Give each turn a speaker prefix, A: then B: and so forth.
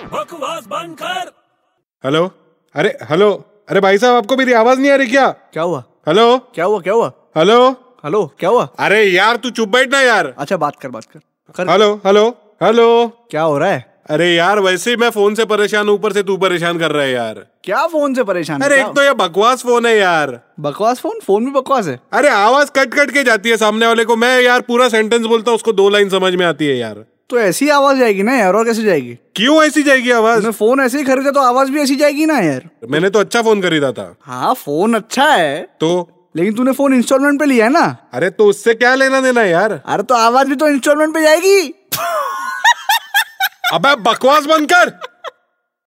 A: आवाज बंद कर
B: हेलो अरे हेलो अरे भाई साहब आपको मेरी आवाज नहीं आ रही क्या
C: क्या हुआ
B: हेलो
C: क्या हुआ क्या हुआ
B: हेलो
C: हेलो क्या हुआ
B: अरे यार तू चुप बैठ ना यार
C: अच्छा बात कर बात कर कर
B: हेलो हेलो हेलो
C: क्या हो रहा है
B: अरे यार वैसे ही मैं फोन से परेशान हूं, ऊपर से तू परेशान कर रहा है यार
C: क्या फोन से परेशान है?
B: अरे
C: क्या
B: एक तो ये बकवास फोन है यार
C: बकवास फोन फोन भी बकवास है
B: अरे आवाज कट कट के जाती है सामने वाले को मैं यार पूरा सेंटेंस बोलता हूँ उसको दो लाइन समझ में आती है यार
C: तो ऐसी आवाज जाएगी ना यार और कैसे जाएगी
B: क्यों ऐसी जाएगी आवाज
C: तुमने फोन ऐसे ही खरीदा तो आवाज भी ऐसी जाएगी ना यार
B: मैंने तो अच्छा फोन खरीदा था
C: हाँ फोन अच्छा है
B: तो
C: लेकिन तूने फोन इंस्टॉलमेंट पे लिया है ना
B: अरे तो उससे क्या लेना देना है यार
C: अरे तो आवाज भी तो इंस्टॉलमेंट पे जाएगी
B: अबे बकवास बंद कर